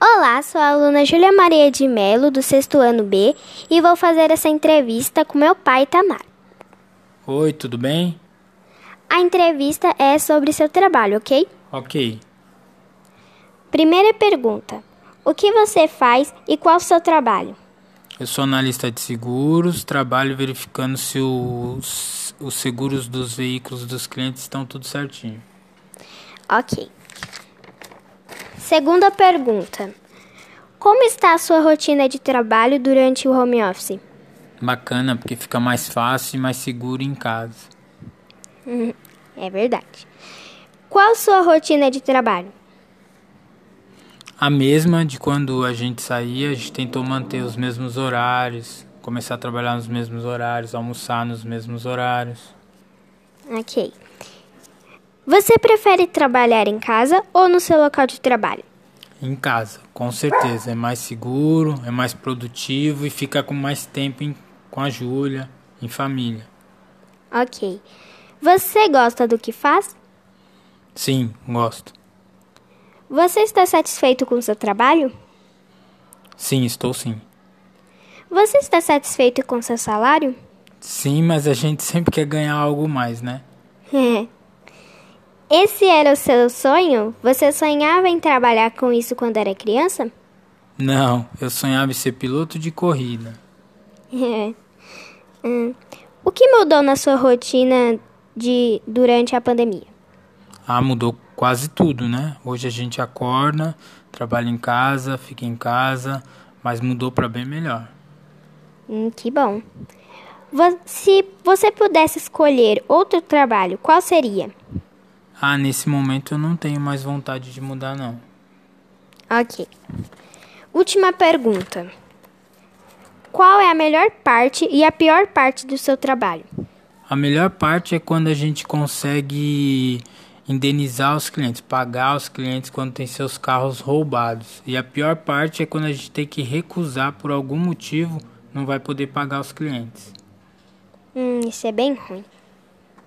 Olá, sou a aluna Júlia Maria de Melo, do sexto ano B, e vou fazer essa entrevista com meu pai, Tamar. Oi, tudo bem? A entrevista é sobre seu trabalho, ok? Ok. Primeira pergunta: O que você faz e qual o seu trabalho? Eu sou analista de seguros, trabalho verificando se os, os seguros dos veículos dos clientes estão tudo certinho. Ok. Segunda pergunta: Como está a sua rotina de trabalho durante o home office? Bacana, porque fica mais fácil e mais seguro em casa. É verdade. Qual sua rotina de trabalho? A mesma de quando a gente saía, a gente tentou manter os mesmos horários, começar a trabalhar nos mesmos horários, almoçar nos mesmos horários. Ok. Você prefere trabalhar em casa ou no seu local de trabalho? Em casa, com certeza. É mais seguro, é mais produtivo e fica com mais tempo em- com a Júlia, em família. Ok. Você gosta do que faz? Sim, gosto. Você está satisfeito com o seu trabalho? Sim, estou sim. Você está satisfeito com o seu salário? Sim, mas a gente sempre quer ganhar algo mais, né? Esse era o seu sonho? Você sonhava em trabalhar com isso quando era criança? Não, eu sonhava em ser piloto de corrida. Hum. o que mudou na sua rotina de durante a pandemia? Ah, mudou quase tudo, né? Hoje a gente acorda, trabalha em casa, fica em casa, mas mudou para bem melhor. Hum, que bom. Vo- Se você pudesse escolher outro trabalho, qual seria? Ah, nesse momento eu não tenho mais vontade de mudar, não. Ok. Última pergunta. Qual é a melhor parte e a pior parte do seu trabalho? A melhor parte é quando a gente consegue indenizar os clientes, pagar os clientes quando tem seus carros roubados. E a pior parte é quando a gente tem que recusar por algum motivo, não vai poder pagar os clientes. Hum, isso é bem ruim.